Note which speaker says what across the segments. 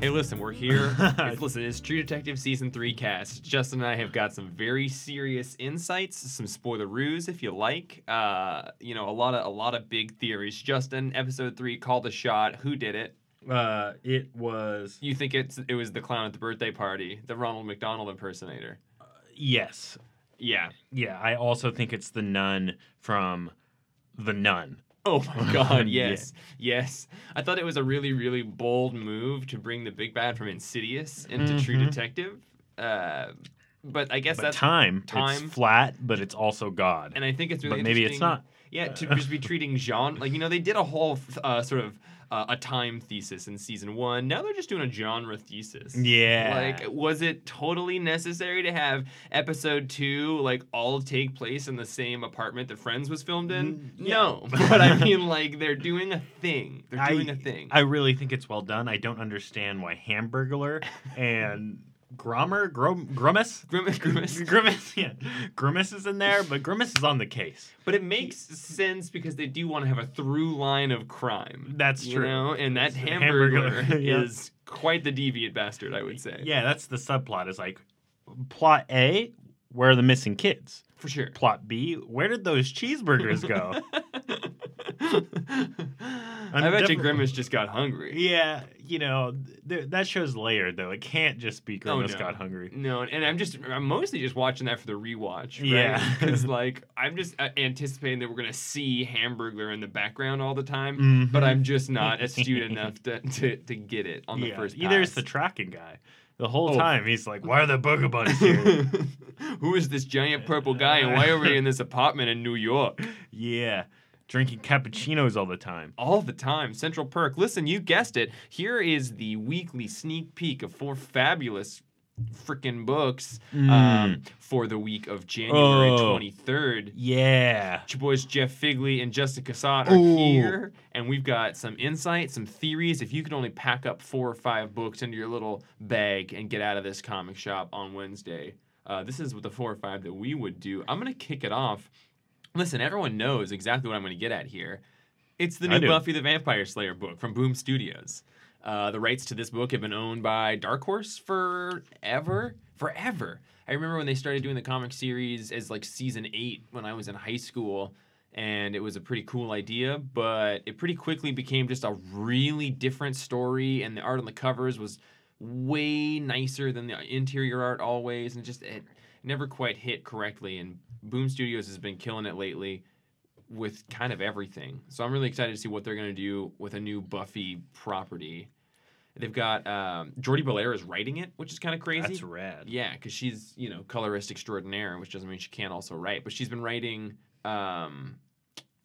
Speaker 1: listen, we're here. It's- listen, it's True Detective Season 3 cast. Justin and I have got some very serious insights, some spoileroos if you like. Uh, you know, a lot of a lot of big theories. Justin, episode 3, call the shot. Who did it?
Speaker 2: Uh, it was
Speaker 1: You think it's it was the clown at the birthday party, the Ronald McDonald impersonator.
Speaker 3: Yes.
Speaker 1: Yeah.
Speaker 3: Yeah, I also think it's the nun from The Nun.
Speaker 1: Oh my god,
Speaker 3: Yeah.
Speaker 1: yes. Yes. I thought it was a really really bold move to bring the big bad from Insidious into True
Speaker 3: Mhm.
Speaker 1: Detective. Uh, but I guess
Speaker 3: But
Speaker 1: that's
Speaker 3: time,
Speaker 1: time.
Speaker 3: It's flat, but it's also God.
Speaker 1: and I think it's really
Speaker 3: but maybe
Speaker 1: interesting-
Speaker 3: it's not.
Speaker 1: Yeah, to just be treating genre like you know they did a whole uh, sort of uh, a time thesis in season one. Now they're just doing a genre thesis.
Speaker 3: Yeah.
Speaker 1: Like, was it totally necessary to have episode two like all take place in the same apartment that Friends was filmed
Speaker 3: Mm,
Speaker 1: in? No, but I mean like they're doing a thing. They're
Speaker 3: I-
Speaker 1: doing a thing.
Speaker 3: I really think it's well done. I don't understand why Hamburglar and Grommer, Grom,
Speaker 1: Grimace,
Speaker 3: Grumus,
Speaker 1: grimace.
Speaker 3: Grimace, yeah, Grimace is in there, but Grimace is on the case.
Speaker 1: But it makes sense because they do want to have a through line of crime.
Speaker 3: That's
Speaker 1: you
Speaker 3: true.
Speaker 1: know? and that
Speaker 3: It's the
Speaker 1: hamburger
Speaker 3: hamburger, yeah.
Speaker 1: is quite the deviant bastard, I would say.
Speaker 3: Yeah, that's the subplot. Is like plot A, where are the missing kids?
Speaker 1: for sure.
Speaker 3: Plot B, where did those cheeseburgers go?
Speaker 1: I bet you
Speaker 3: definitely-
Speaker 1: Grimace just got hungry.
Speaker 3: yeah, you know th- that show's layered though. It can't just be
Speaker 1: Oh,
Speaker 3: Grimace
Speaker 1: no.
Speaker 3: got hungry.
Speaker 1: No, and I'm just I'm mostly just watching that for the rewatch. Right?
Speaker 3: Yeah.
Speaker 1: because like I'm just uh, anticipating that we're gonna see Hamburglar in the background all the time, but
Speaker 3: Mhm.
Speaker 1: I'm just not astute enough to, to to get it on the
Speaker 3: Yeah,
Speaker 1: first.
Speaker 3: either it's the
Speaker 1: pass.
Speaker 3: tracking guy. The whole
Speaker 1: Oh.
Speaker 3: time he's like, "Why are the burger buns here?"
Speaker 1: Who is this giant purple guy, and why are we in this apartment in New York
Speaker 3: yeah, drinking cappuccinos all the time.
Speaker 1: all the time? Central Perk. Listen, you guessed it. Here is the weekly sneak peek of four fabulous freaking books um, for the week of January
Speaker 3: Oh.
Speaker 1: twenty third.
Speaker 3: Yeah.
Speaker 1: Your boys Jeff Figley and Justin Cassatt are
Speaker 3: Ooh.
Speaker 1: here, and we've got some insight, some theories. If you could only pack up four or five books into your little bag and get out of this comic shop on Wednesday, uh, this is the four or five that we would do. I'm gonna kick it off. Listen, everyone knows exactly what I'm gonna get at here. It's the
Speaker 3: I
Speaker 1: new
Speaker 3: do.
Speaker 1: Buffy the Vampire Slayer book from Boom Studios. Uh, the rights to this book have been owned by Dark Horse forever, forever. I remember when they started doing the comic series as like season eight when I was in high school, and it was a pretty cool idea, but it pretty quickly became just a really different story, and the art on the covers was way nicer than the interior art always, and just it never quite hit correctly. And Boom Studios has been killing it lately with kind of everything. So I'm really excited to see what they're going to do with a new Buffy property. They've got um, Jordi Belair is writing it, which is kind of crazy.
Speaker 3: That's rad.
Speaker 1: Yeah, because she's you know colorist extraordinaire, which doesn't mean she can't also write, but she's been writing um,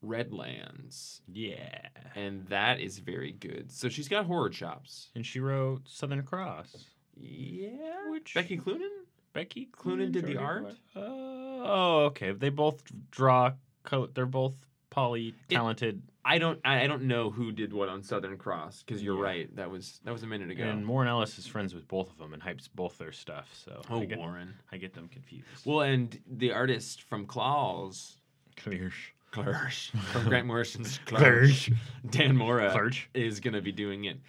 Speaker 1: Redlands,
Speaker 3: Yeah.
Speaker 1: and that is very good. So she's got horror chops.
Speaker 3: And she wrote Southern Cross.
Speaker 1: Yeah,
Speaker 3: Which-
Speaker 1: Becky Cloonan.
Speaker 3: Becky
Speaker 1: Cloonan did the
Speaker 3: Jordan
Speaker 1: art?
Speaker 3: Blair. Uh, oh, okay. They both draw. Co- they're both poly talented,
Speaker 1: I don't I I don't know who did what on Southern Cross because you're
Speaker 3: Yeah.
Speaker 1: right that was that was a minute ago.
Speaker 3: and Warren Ellis is friends with both of them and hypes both their stuff. So
Speaker 1: oh
Speaker 3: I get,
Speaker 1: Warren.
Speaker 3: I get them confused.
Speaker 1: Well, and the artist from Claws,
Speaker 3: Clerge,
Speaker 1: Clarge, from Grant Morrison's Clarge,
Speaker 3: Clerge,
Speaker 1: Dan Mora
Speaker 3: Clerge.
Speaker 1: is gonna be doing it.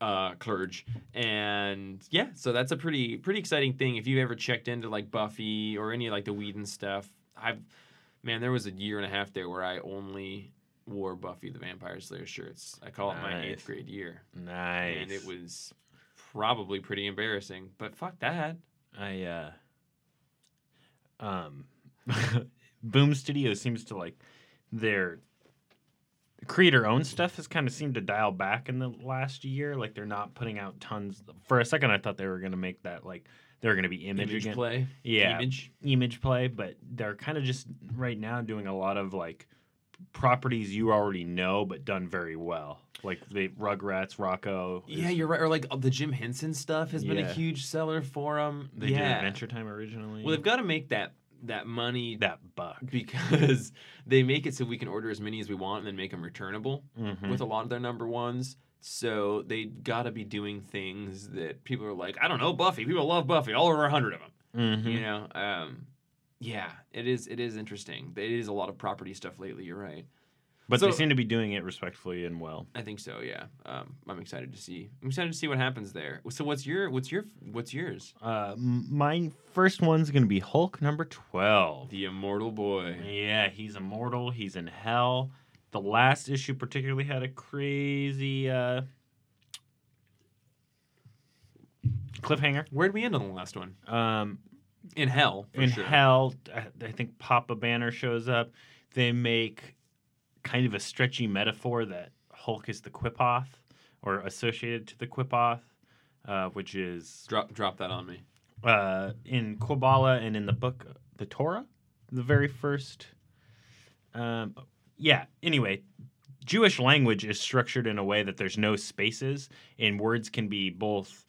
Speaker 1: Uh, Clerge, and yeah, so that's a pretty pretty exciting thing. If you've ever checked into like Buffy or any of like the Whedon stuff, I've man, there was a year and a half there where I only wore Buffy the Vampire Slayer shirts. I call it my
Speaker 3: Nice.
Speaker 1: eighth grade year,
Speaker 3: Nice.
Speaker 1: and it was probably pretty embarrassing. But fuck that.
Speaker 3: I uh um Boom Studio seems to like their creator owned stuff has kind of seemed to dial back in the last year like they're not putting out tons for a second I thought they were going to make that like they were going to be image,
Speaker 1: Image
Speaker 3: again.
Speaker 1: play.
Speaker 3: Yeah.
Speaker 1: Image.
Speaker 3: image play but they're kind of just right now doing a lot of like properties you already know but done very well like the Rugrats Rocco
Speaker 1: Yeah,
Speaker 3: is-
Speaker 1: you're right. Or like the Jim Henson stuff has been a
Speaker 3: Yeah.
Speaker 1: huge seller for them.
Speaker 3: they
Speaker 1: yeah.
Speaker 3: did Adventure Time originally
Speaker 1: Well, they've got to make that that money
Speaker 3: that buck
Speaker 1: because they make it so we can order as many as we want and then make them returnable
Speaker 3: Mhm.
Speaker 1: with a lot of their number ones. So they got to be doing things that people are like, I don't know, Buffy. People love Buffy. All over a hundred of them.
Speaker 3: Mhm.
Speaker 1: You know. Um, yeah, it is. It is interesting. It is a lot of property stuff lately. You're right.
Speaker 3: But
Speaker 1: So-
Speaker 3: they seem to be doing it respectfully and well.
Speaker 1: I think so. Yeah. Um, I'm excited to see. I'm excited to see what happens there. So what's your what's your what's yours?
Speaker 3: Uh, m- my first one's gonna be Hulk number twelve.
Speaker 1: The Immortal Boy.
Speaker 3: Yeah, he's immortal. He's in hell. The last issue particularly had a crazy uh, cliffhanger.
Speaker 1: Where'd we end on the last one?
Speaker 3: Um,
Speaker 1: In hell. For
Speaker 3: in
Speaker 1: sure.
Speaker 3: hell, I, I think Papa Banner shows up. They make kind of a stretchy metaphor that Hulk is the Quipoth or associated to the Quipoth, uh, which is
Speaker 1: Drop drop that on me.
Speaker 3: uh, in Kabbalah and in the book, the Torah, the very first. Um, yeah. Anyway, Jewish language is structured in a way that there's no spaces, and words can be both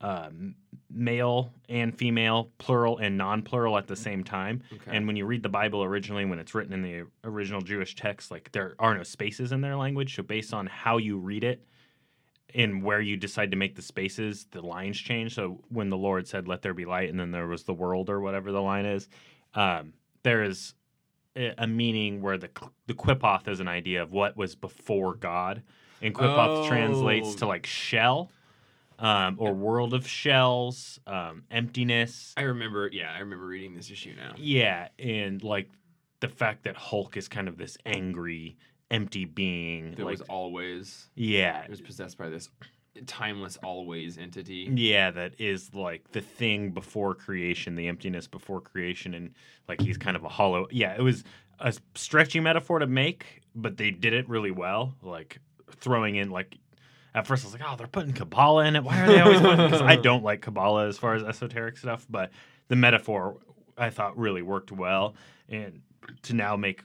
Speaker 3: um, male and female, plural and non-plural at the same time.
Speaker 1: Okay.
Speaker 3: And when you read the Bible originally, when it's written in the original Jewish text, like there are no spaces in their language. So based on how you read it and where you decide to make the spaces, the lines change. So when the Lord said, "Let there be light," and then there was the world or whatever the line is, um, there is a a meaning where the cl- the quipoth is an idea of what was before God, and quipoth
Speaker 1: Oh.
Speaker 3: translates to like shell. Um, or world of shells, um, emptiness,
Speaker 1: I remember. Yeah, I remember reading this issue now.
Speaker 3: yeah, and like the fact that Hulk is kind of this angry, empty being.
Speaker 1: There
Speaker 3: like,
Speaker 1: was always.
Speaker 3: yeah,
Speaker 1: It was possessed by this timeless always entity.
Speaker 3: yeah, that is like the thing before creation, the emptiness before creation, and like he's kind of a hollow. Yeah, it was a stretchy metaphor to make, but they did it really well. Like throwing in like. At first, I was like, "Oh, they're putting Kabbalah in it. Why are they always?" Because I don't like Kabbalah as far as esoteric stuff, but the metaphor I thought really worked well, and to now make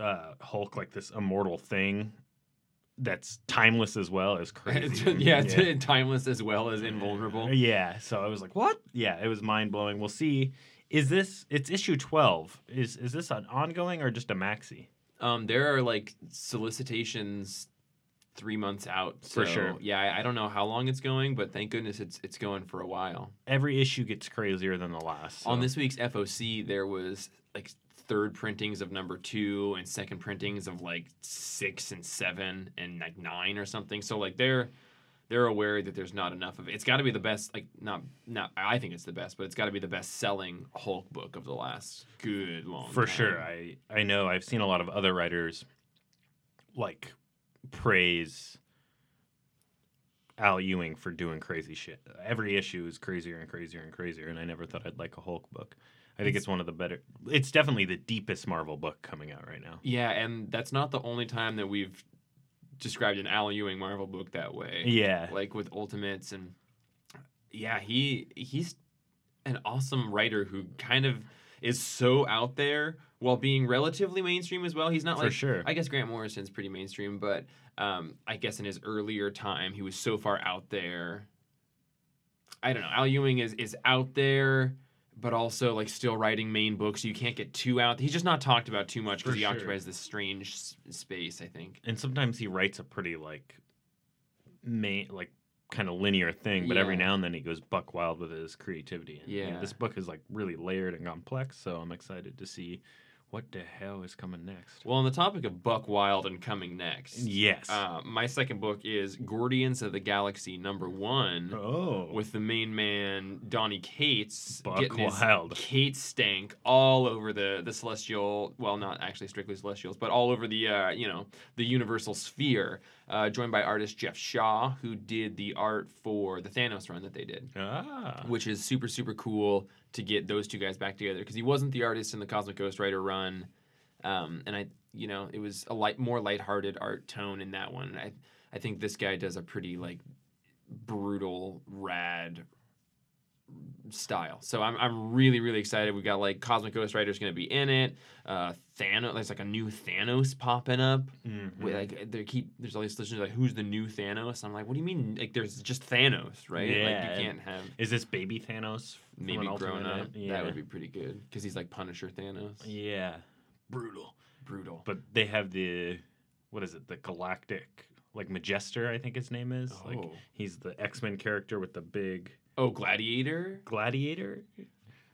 Speaker 3: uh, Hulk like this immortal thing that's timeless as well is crazy.
Speaker 1: yeah, yeah. timeless as well as invulnerable.
Speaker 3: Yeah, so I was like, "What?" Yeah, it was mind blowing. We'll see. Is this? It's issue twelve. Is is this an ongoing or just a maxi?
Speaker 1: Um, there are like solicitations three months out. So,
Speaker 3: For sure.
Speaker 1: Yeah, I, I don't know how long it's going, but thank goodness it's it's going for a while.
Speaker 3: Every issue gets crazier than the last. so-
Speaker 1: On this week's FOC, there was like third printings of number two and second printings of like six and seven and like nine or something. So like they're they're aware that there's not enough of it. It's got to be the best, like not not. I think it's the best, but it's got to be the best selling Hulk book of the last good long.
Speaker 3: for
Speaker 1: time.
Speaker 3: sure. I I know. I've seen a lot of other writers like praise Al Ewing for doing crazy shit. Every issue is crazier and crazier and crazier, and I never thought I'd like a Hulk book. I think it's one of the better. It's definitely the deepest Marvel book coming out right now.
Speaker 1: Yeah, and that's not the only time that we've described an Al Ewing Marvel book that way.
Speaker 3: Yeah.
Speaker 1: Like with Ultimates and yeah, he he's an awesome writer who kind of is so out there while being relatively mainstream as well. He's not
Speaker 3: For
Speaker 1: like
Speaker 3: sure.
Speaker 1: I guess Grant Morrison's pretty mainstream, but um, I guess in his earlier time he was so far out there. I don't know. Al Ewing is is out there, but also like still writing main books. You can't get too out. He's just not talked about too much because
Speaker 3: For
Speaker 1: he
Speaker 3: sure.
Speaker 1: occupies this strange s- space. I think.
Speaker 3: and sometimes he writes a pretty like main like kind of linear thing but every
Speaker 1: Yeah.
Speaker 3: now and then he goes buck wild with his creativity and, and
Speaker 1: Yeah.
Speaker 3: this book is like really layered and complex so i'm excited to see what the hell is coming next
Speaker 1: Well, on the topic of Buck Wild and coming next.
Speaker 3: yes
Speaker 1: Uh, my second book is Guardians of the Galaxy number one
Speaker 3: oh
Speaker 1: with the main man Donnie Cates
Speaker 3: Buck
Speaker 1: getting his
Speaker 3: Wild.
Speaker 1: Kate stank all over the the celestial, well, not actually strictly celestials, but all over the uh, you know the universal sphere. Uh, joined by artist Jeff Shaw, who did the art for the Thanos run that they did
Speaker 3: ah
Speaker 1: which is super super cool to get those two guys back together because he wasn't the artist in the Cosmic Ghost Rider run, um, and I you know it was a light more lighthearted art tone in that one. And I I think this guy does a pretty like brutal rad style. So I'm, I'm really really excited. We've got like Cosmic Ghost Rider's going to be in it. Uh, Thanos there's like a new Thanos popping up.
Speaker 3: Mhm.
Speaker 1: Wait, like they keep there's all these listeners like who's the new Thanos? I'm like what do you mean like there's just Thanos right?
Speaker 3: Yeah,
Speaker 1: Like
Speaker 3: and-
Speaker 1: you can't have
Speaker 3: is this baby thanos from an
Speaker 1: maybe grown
Speaker 3: alternate
Speaker 1: up.
Speaker 3: event? yeah
Speaker 1: That would be pretty good because he's like Punisher Thanos.
Speaker 3: yeah brutal
Speaker 1: Brutal.
Speaker 3: but they have the what is it the galactic like Magester, I think his name is. Like
Speaker 1: Oh.
Speaker 3: he's the X Men character with the big
Speaker 1: Oh, Gladiator,
Speaker 3: gladiator.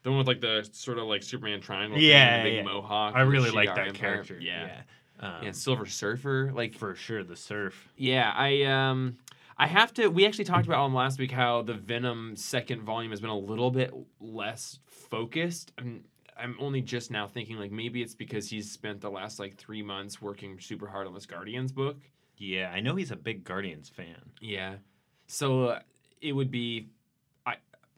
Speaker 1: the one with like the sort of like Superman triangle, thing,
Speaker 3: Yeah,
Speaker 1: the big
Speaker 3: yeah.
Speaker 1: mohawk.
Speaker 3: I
Speaker 1: and the
Speaker 3: really like
Speaker 1: Shi'ar
Speaker 3: that
Speaker 1: Empire.
Speaker 3: character.
Speaker 1: Yeah.
Speaker 3: Um,
Speaker 1: yeah, Silver Surfer, like
Speaker 3: for sure, the surf.
Speaker 1: Yeah, I um I have to we actually talked about on last week how the Venom second volume has been a little bit less focused. I'm I'm only just now thinking like maybe it's because he's spent the last like 3 months working super hard on this Guardians book.
Speaker 3: Yeah, I know he's a big Guardians fan.
Speaker 1: Yeah. So uh, it would be I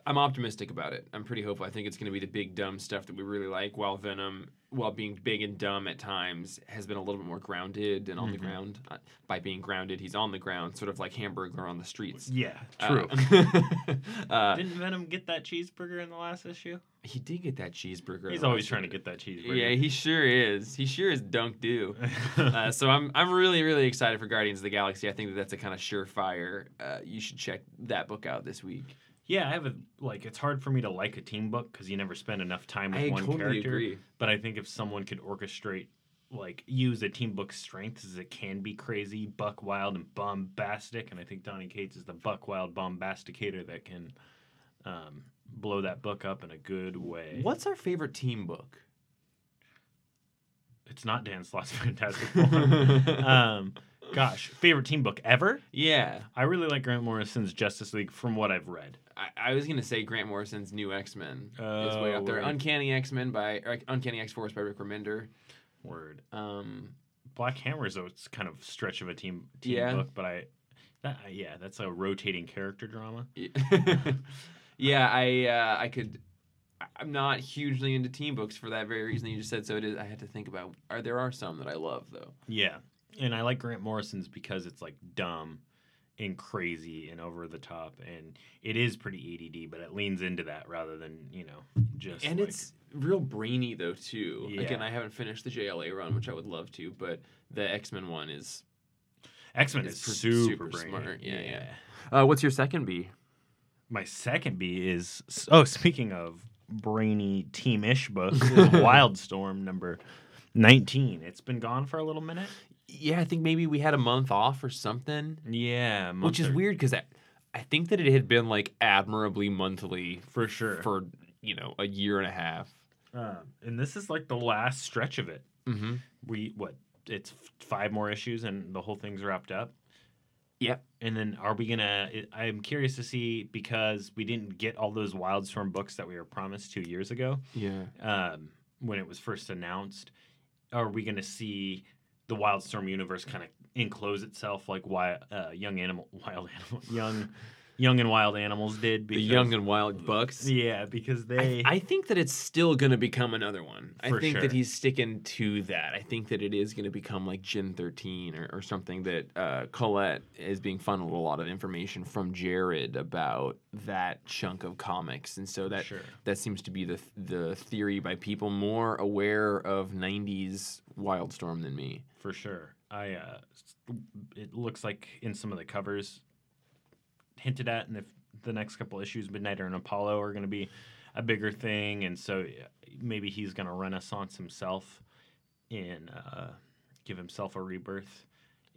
Speaker 1: I'm optimistic about it. I'm pretty hopeful. I think it's going to be the big dumb stuff that we really like while Venom while being big and dumb at times has been a little bit more grounded and on the
Speaker 3: Mhm.
Speaker 1: ground. Uh, By being grounded, he's on the ground, sort of like Hamburger on the streets.
Speaker 3: Yeah,
Speaker 1: Uh, uh,
Speaker 3: Didn't Venom get that cheeseburger in the last issue?
Speaker 1: he did get that cheeseburger.
Speaker 3: He's
Speaker 1: last
Speaker 3: always trying to
Speaker 1: year.
Speaker 3: get that
Speaker 1: Yeah,
Speaker 3: cheeseburger.
Speaker 1: he sure is. He sure is dunk do. uh, so I'm I'm really really excited for Guardians of the Galaxy. I think that that's a kind of surefire. Uh, you should check that book out this week.
Speaker 3: yeah, I have a like. It's hard for me to like a team book because you never spend enough time with
Speaker 1: I
Speaker 3: one
Speaker 1: totally
Speaker 3: character.
Speaker 1: agree.
Speaker 3: But I think if someone could orchestrate, like, use a team book's strengths, is it can be crazy, buck wild, and bombastic. And I think Donny Cates is the buck wild bombasticator that can um, blow that book up in a good way.
Speaker 1: What's our favorite team book?
Speaker 3: It's not Dan Slott's Fantastic Four. um, gosh, favorite team book ever?
Speaker 1: Yeah,
Speaker 3: I really like Grant Morrison's Justice League from what I've read.
Speaker 1: I, I was gonna say Grant Morrison's New X Men is way
Speaker 3: Oh,
Speaker 1: up there.
Speaker 3: right.
Speaker 1: Uncanny X Men by or Uncanny X Force by Rick Remender.
Speaker 3: Word.
Speaker 1: Um,
Speaker 3: Black Hammer is a it's kind of stretch of a team team
Speaker 1: Yeah.
Speaker 3: book, but I, that, I- yeah, that's a rotating character drama.
Speaker 1: Yeah. yeah, I uh, I could. I- I'm not hugely into team books for that very reason you just said. So it is. I had to think about. Are there are some that I love though.
Speaker 3: Yeah, and I like Grant Morrison's because it's like dumb and crazy and over the top, and it is pretty ADD, but it leans into that rather than you know just
Speaker 1: and
Speaker 3: like-
Speaker 1: it's real brainy though too. Again,
Speaker 3: Yeah.
Speaker 1: I haven't finished the JLA run, which I would love to, but the X Men one is.
Speaker 3: X Men is
Speaker 1: it's pr-
Speaker 3: super,
Speaker 1: super
Speaker 3: brainy.
Speaker 1: smart. Yeah, yeah. Uh, what's your second B?
Speaker 3: My second B is oh, speaking of brainy team-ish books, is Wildstorm number nineteen. It's been gone for a little minute.
Speaker 1: Yeah, I think maybe we had a month off or something,
Speaker 3: Yeah,
Speaker 1: which is
Speaker 3: month or-
Speaker 1: weird because I, I think that it had been like admirably monthly
Speaker 3: for sure.
Speaker 1: for you know a year and a half.
Speaker 3: Um, and this is like the last stretch of it.
Speaker 1: Mm-hmm.
Speaker 3: We what? It's f- five more issues, and the whole thing's wrapped up.
Speaker 1: Yep.
Speaker 3: And then are we gonna? I- I'm curious to see because we didn't get all those Wildstorm books that we were promised two years ago
Speaker 1: Yeah.
Speaker 3: um, when it was first announced. Are we gonna see the Wildstorm universe kind of enclose itself like why uh, young animal, wild animal, young, young and wild animals did?
Speaker 1: the Young and Wild Bucks.
Speaker 3: yeah, because they.
Speaker 1: I, I think that it's still going to become another one. I
Speaker 3: For
Speaker 1: think
Speaker 3: sure.
Speaker 1: that he's sticking to that. I think that it is going to become like Gen 13 or, or something that uh, Colette is being funneled a lot of information from Jared about that chunk of comics. And so that
Speaker 3: Sure.
Speaker 1: that seems to be the the theory by people more aware of 90s Wildstorm than me.
Speaker 3: for sure. I uh, s- it looks like in some of the covers hinted at, and if the next couple issues, Midnighter and Apollo are going to be a bigger thing, and so yeah, maybe he's going to renaissance himself and uh, give himself a rebirth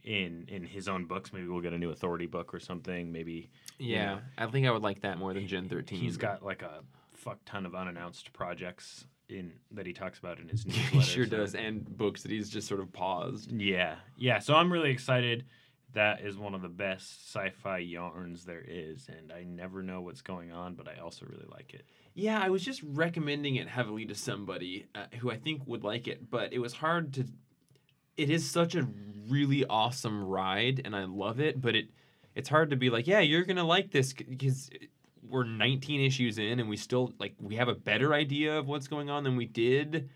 Speaker 3: in in his own books. Maybe we'll get a new Authority book or something. Maybe
Speaker 1: Yeah, I think I would like that more than Gen 13.
Speaker 3: he's got like a fuck ton of unannounced projects in that he talks about in his newsletter.
Speaker 1: he sure
Speaker 3: so-
Speaker 1: does and books that he's just sort of paused.
Speaker 3: Yeah, yeah. So I'm really excited. That is one of the best sci-fi yarns there is, and I never know what's going on, but I also really like it.
Speaker 1: Yeah, I was just recommending it heavily to somebody uh, who I think would like it, but it was hard to. It is such a really awesome ride, and I love it. But it, it's hard to be like, yeah, you're gonna like this because we're 19 issues in, and we still like we have a better idea of what's going on than we did.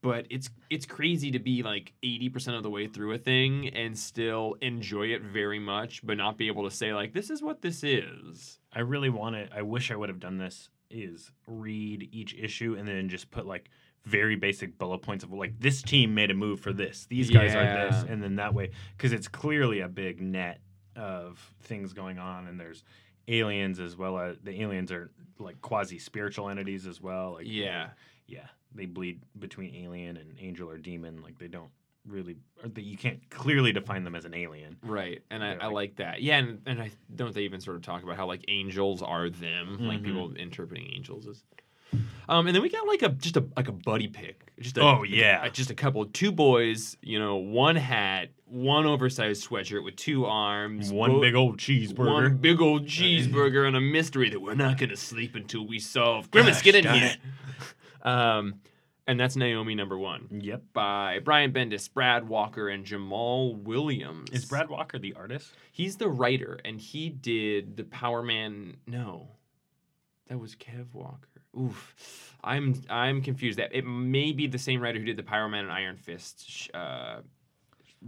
Speaker 1: But it's it's crazy to be like 80% of the way through a thing and still enjoy it very much, but not be able to say like, this is what this is.
Speaker 3: I really want to. I wish I would have done this. Is read each issue and then just put like very basic bullet points of like this team made a move for this. These guys are this,
Speaker 1: Yeah.
Speaker 3: and then that way because it's clearly a big net of things going on, and there's aliens as well as the aliens are like quasi spiritual entities as well. Like
Speaker 1: Yeah.
Speaker 3: yeah, they bleed between alien and angel or demon. Like they don't really, or that you can't clearly define them as an alien.
Speaker 1: Right, and I,
Speaker 3: They're
Speaker 1: I
Speaker 3: like-
Speaker 1: like that. Yeah, and, and I don't they even sort of talk about how like angels are them, like
Speaker 3: Mhm.
Speaker 1: people interpreting angels as Um, and then we got like a just a like a buddy pick. Just a,
Speaker 3: Oh, yeah.
Speaker 1: a- just a couple, two boys. You know, one hat, one oversized sweatshirt with two arms,
Speaker 3: One
Speaker 1: bo-
Speaker 3: big old cheeseburger.
Speaker 1: one big old cheeseburger, and a mystery that we're not gonna sleep until we solve. Grimace,
Speaker 3: Gosh,
Speaker 1: get in
Speaker 3: darn
Speaker 1: here. Um, and that's Naomi number one
Speaker 3: Yep.
Speaker 1: by Brian Bendis, Brad Walker, and Jamal Williams.
Speaker 3: Is Brad Walker the artist?
Speaker 1: He's the writer, and he did the Power Man. No, that was Kev Walker. Oof, I'm I'm confused. That it may be the same writer who did the Power Man and Iron Fist. sh- Uh,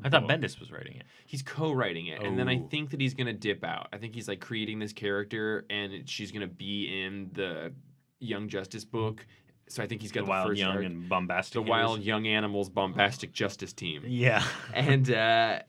Speaker 3: I thought
Speaker 1: book.
Speaker 3: Bendis was writing it.
Speaker 1: He's co-writing it, and then I
Speaker 3: Oh.
Speaker 1: think that he's gonna dip out. I think he's like creating this character, and it- she's gonna be in the Young Justice book. So I think he's got
Speaker 3: The
Speaker 1: the,
Speaker 3: Wild
Speaker 1: first
Speaker 3: Young
Speaker 1: arc.
Speaker 3: and Bombastic.
Speaker 1: the
Speaker 3: Heroes.
Speaker 1: Wild Young Animals Bombastic Justice Team
Speaker 3: Yeah.
Speaker 1: and uh,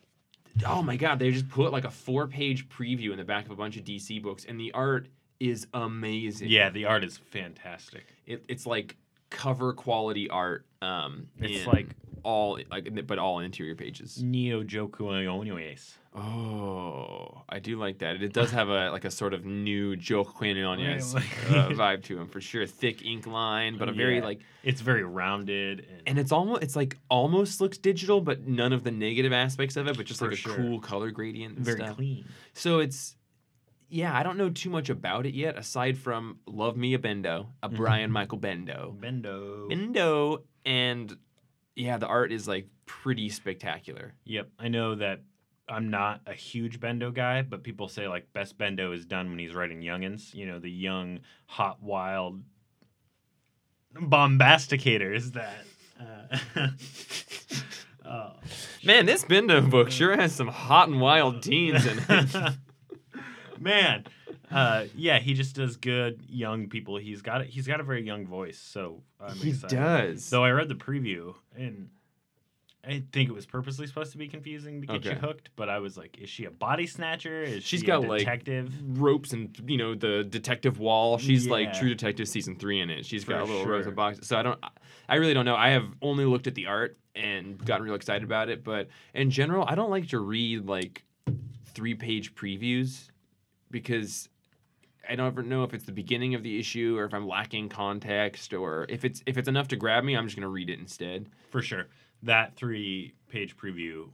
Speaker 1: oh my god, they just put like a four-page preview in the back of a bunch of DC books, and the art is amazing.
Speaker 3: yeah, the art is fantastic.
Speaker 1: it, it's like cover quality art. Um,
Speaker 3: It's
Speaker 1: in
Speaker 3: like-
Speaker 1: all like, but all interior pages.
Speaker 3: Neo Joku Onyes.
Speaker 1: Oh, I do like that. It does have a like a sort of new Joe Quinones uh,
Speaker 3: Right, like-
Speaker 1: vibe to him for sure. Thick ink line, but a very
Speaker 3: Yeah.
Speaker 1: like,
Speaker 3: It's very rounded and,
Speaker 1: and it's almost it's like almost looks digital, but none of the negative aspects of it. But just
Speaker 3: For
Speaker 1: like a
Speaker 3: sure.
Speaker 1: cool color gradient, and
Speaker 3: very
Speaker 1: stuff.
Speaker 3: clean.
Speaker 1: So it's yeah, I don't know too much about it yet, aside from Love Me a Bendo, a
Speaker 3: Mhm.
Speaker 1: Brian Michael Bendo.
Speaker 3: Bendo.
Speaker 1: Bendo and yeah, the art is like pretty spectacular.
Speaker 3: Yep, I know that I'm not a huge Bendo guy, but people say like best Bendo is done when he's writing youngins. You know, the young, hot, wild, bombasticators that. Uh, oh.
Speaker 1: Man, this Bendo book sure has some hot and wild teens in it.
Speaker 3: Man, uh, yeah, he just does good young people. He's got he's got a very young voice, so I'm
Speaker 1: he
Speaker 3: excited.
Speaker 1: does.
Speaker 3: So I read the preview and I think it was purposely supposed to be confusing to get you
Speaker 1: Okay.
Speaker 3: hooked, but I was like, is she a body snatcher? Is
Speaker 1: She's
Speaker 3: she
Speaker 1: got,
Speaker 3: a
Speaker 1: like,
Speaker 3: detective?
Speaker 1: ropes and you know the detective wall she's like
Speaker 3: Yeah.
Speaker 1: true detective season three in it she's got
Speaker 3: For
Speaker 1: a little
Speaker 3: sure.
Speaker 1: rows of boxes so i don't i really don't know i have only looked at the art and gotten real excited about it but in general i don't like to read like three page previews because i don't ever know if it's the beginning of the issue or if i'm lacking context or if it's if it's enough to grab me i'm just going to read it instead
Speaker 3: For sure. That three page preview,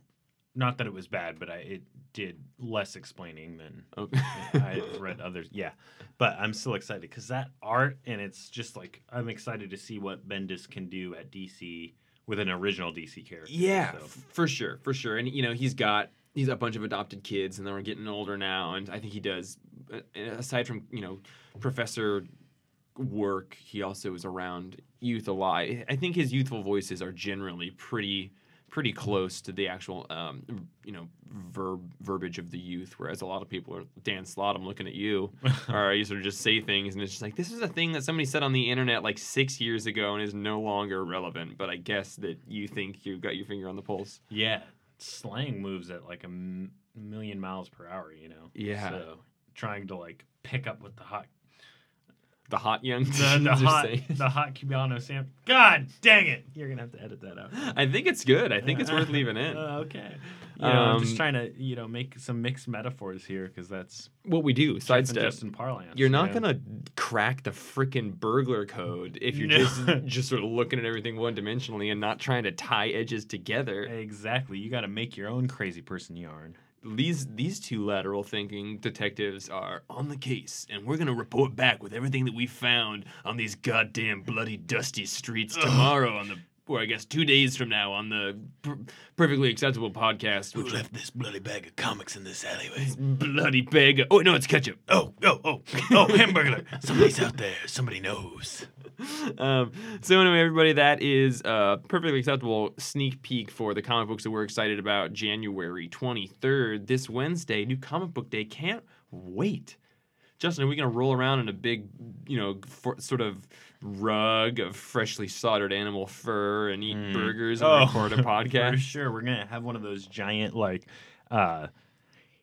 Speaker 3: not that it was bad, but I, it did less explaining than
Speaker 1: okay.
Speaker 3: I've read others. Yeah. But I'm still excited because that art, and it's just like, I'm excited to see what Bendis can do at DC with an original DC character.
Speaker 1: Yeah,
Speaker 3: so.
Speaker 1: f- for sure, for sure. And you know, he's got he's a bunch of adopted kids, and then we're getting older now. And I think he does, uh, aside from you know, professor work, he also is around youth a lot. I I think his youthful voices are generally pretty pretty close to the actual um, you know verb verbiage of the youth whereas a lot of people are dan slot i'm looking at you or you sort of just say things and it's just like this is a thing that somebody said on the internet like six years ago and is no longer relevant but i guess that you think you've got your finger on the pulse
Speaker 3: Yeah, slang moves at like a m- million miles per hour, you know.
Speaker 1: Yeah.
Speaker 3: So trying to like pick up with the hot,
Speaker 1: the hot young
Speaker 3: the, the
Speaker 1: teens are
Speaker 3: hot,
Speaker 1: saying-
Speaker 3: the hot Cubano Sam. God dang it! You're gonna have to edit that out.
Speaker 1: i think it's good i think it's worth leaving in
Speaker 3: Uh, okay. You know, I'm
Speaker 1: Um,
Speaker 3: just trying to you know make some mixed metaphors here because that's
Speaker 1: what we do
Speaker 3: that's
Speaker 1: sidestep
Speaker 3: Justin parlance.
Speaker 1: you're
Speaker 3: you
Speaker 1: not
Speaker 3: know?
Speaker 1: gonna crack the freaking burglar code if you're
Speaker 3: No.
Speaker 1: just just sort of looking at everything one dimensionally and not trying to tie edges together.
Speaker 3: exactly. You got to make your own crazy person yarn.
Speaker 1: these these two lateral thinking detectives are on the case, and we're gonna report back with everything that we found on these goddamn bloody dusty streets tomorrow on the or I guess two days from now on the per- perfectly acceptable podcast, which is
Speaker 3: this bloody bag of comics in this alleyway?
Speaker 1: this bloody bag. Of, oh no, it's ketchup.
Speaker 3: Oh, oh, oh, oh! Hamburger! Somebody's out there. Somebody knows.
Speaker 1: um, so anyway, everybody, that is a perfectly acceptable sneak peek for the comic books that we're excited about. January 23rd, this Wednesday, new comic book day. Can't wait. Justin, are we going to roll around in a big, you know, for, sort of rug of freshly soldered animal fur and eat
Speaker 3: Mm.
Speaker 1: burgers and record a
Speaker 3: For
Speaker 1: podcast?
Speaker 3: sure, we're gonna have one of those giant like, uh,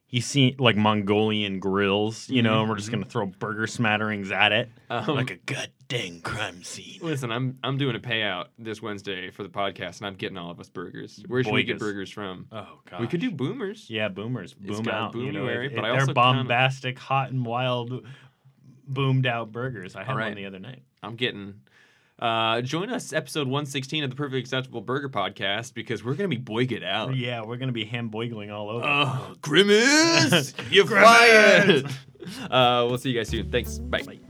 Speaker 3: you see like Mongolian grills, you know, and we're just
Speaker 1: Mm-hmm.
Speaker 3: gonna throw burger smatterings at it,
Speaker 1: Um,
Speaker 3: a god dang crime scene.
Speaker 1: Listen, I'm I'm doing a payout this Wednesday for the podcast, and I'm getting all of us burgers. Where should we get
Speaker 3: Boigas.
Speaker 1: burgers from?
Speaker 3: Oh god,
Speaker 1: We could do boomers.
Speaker 3: yeah, boomers, boom
Speaker 1: got
Speaker 3: out, you know,
Speaker 1: boomerary,
Speaker 3: if-
Speaker 1: but
Speaker 3: if
Speaker 1: I
Speaker 3: they're
Speaker 1: also kinda-
Speaker 3: bombastic, hot and wild, boomed out burgers. I had
Speaker 1: All right.
Speaker 3: one the other night.
Speaker 1: I'm getting. Uh, join us episode 116 of the Perfectly Acceptable Burger Podcast because we're gonna be boycott out.
Speaker 3: Yeah, we're gonna be hamboigling all over.
Speaker 1: Oh, Grimace! You're
Speaker 3: Grimace!
Speaker 1: fired! Uh, we'll see you guys soon. Thanks. Bye.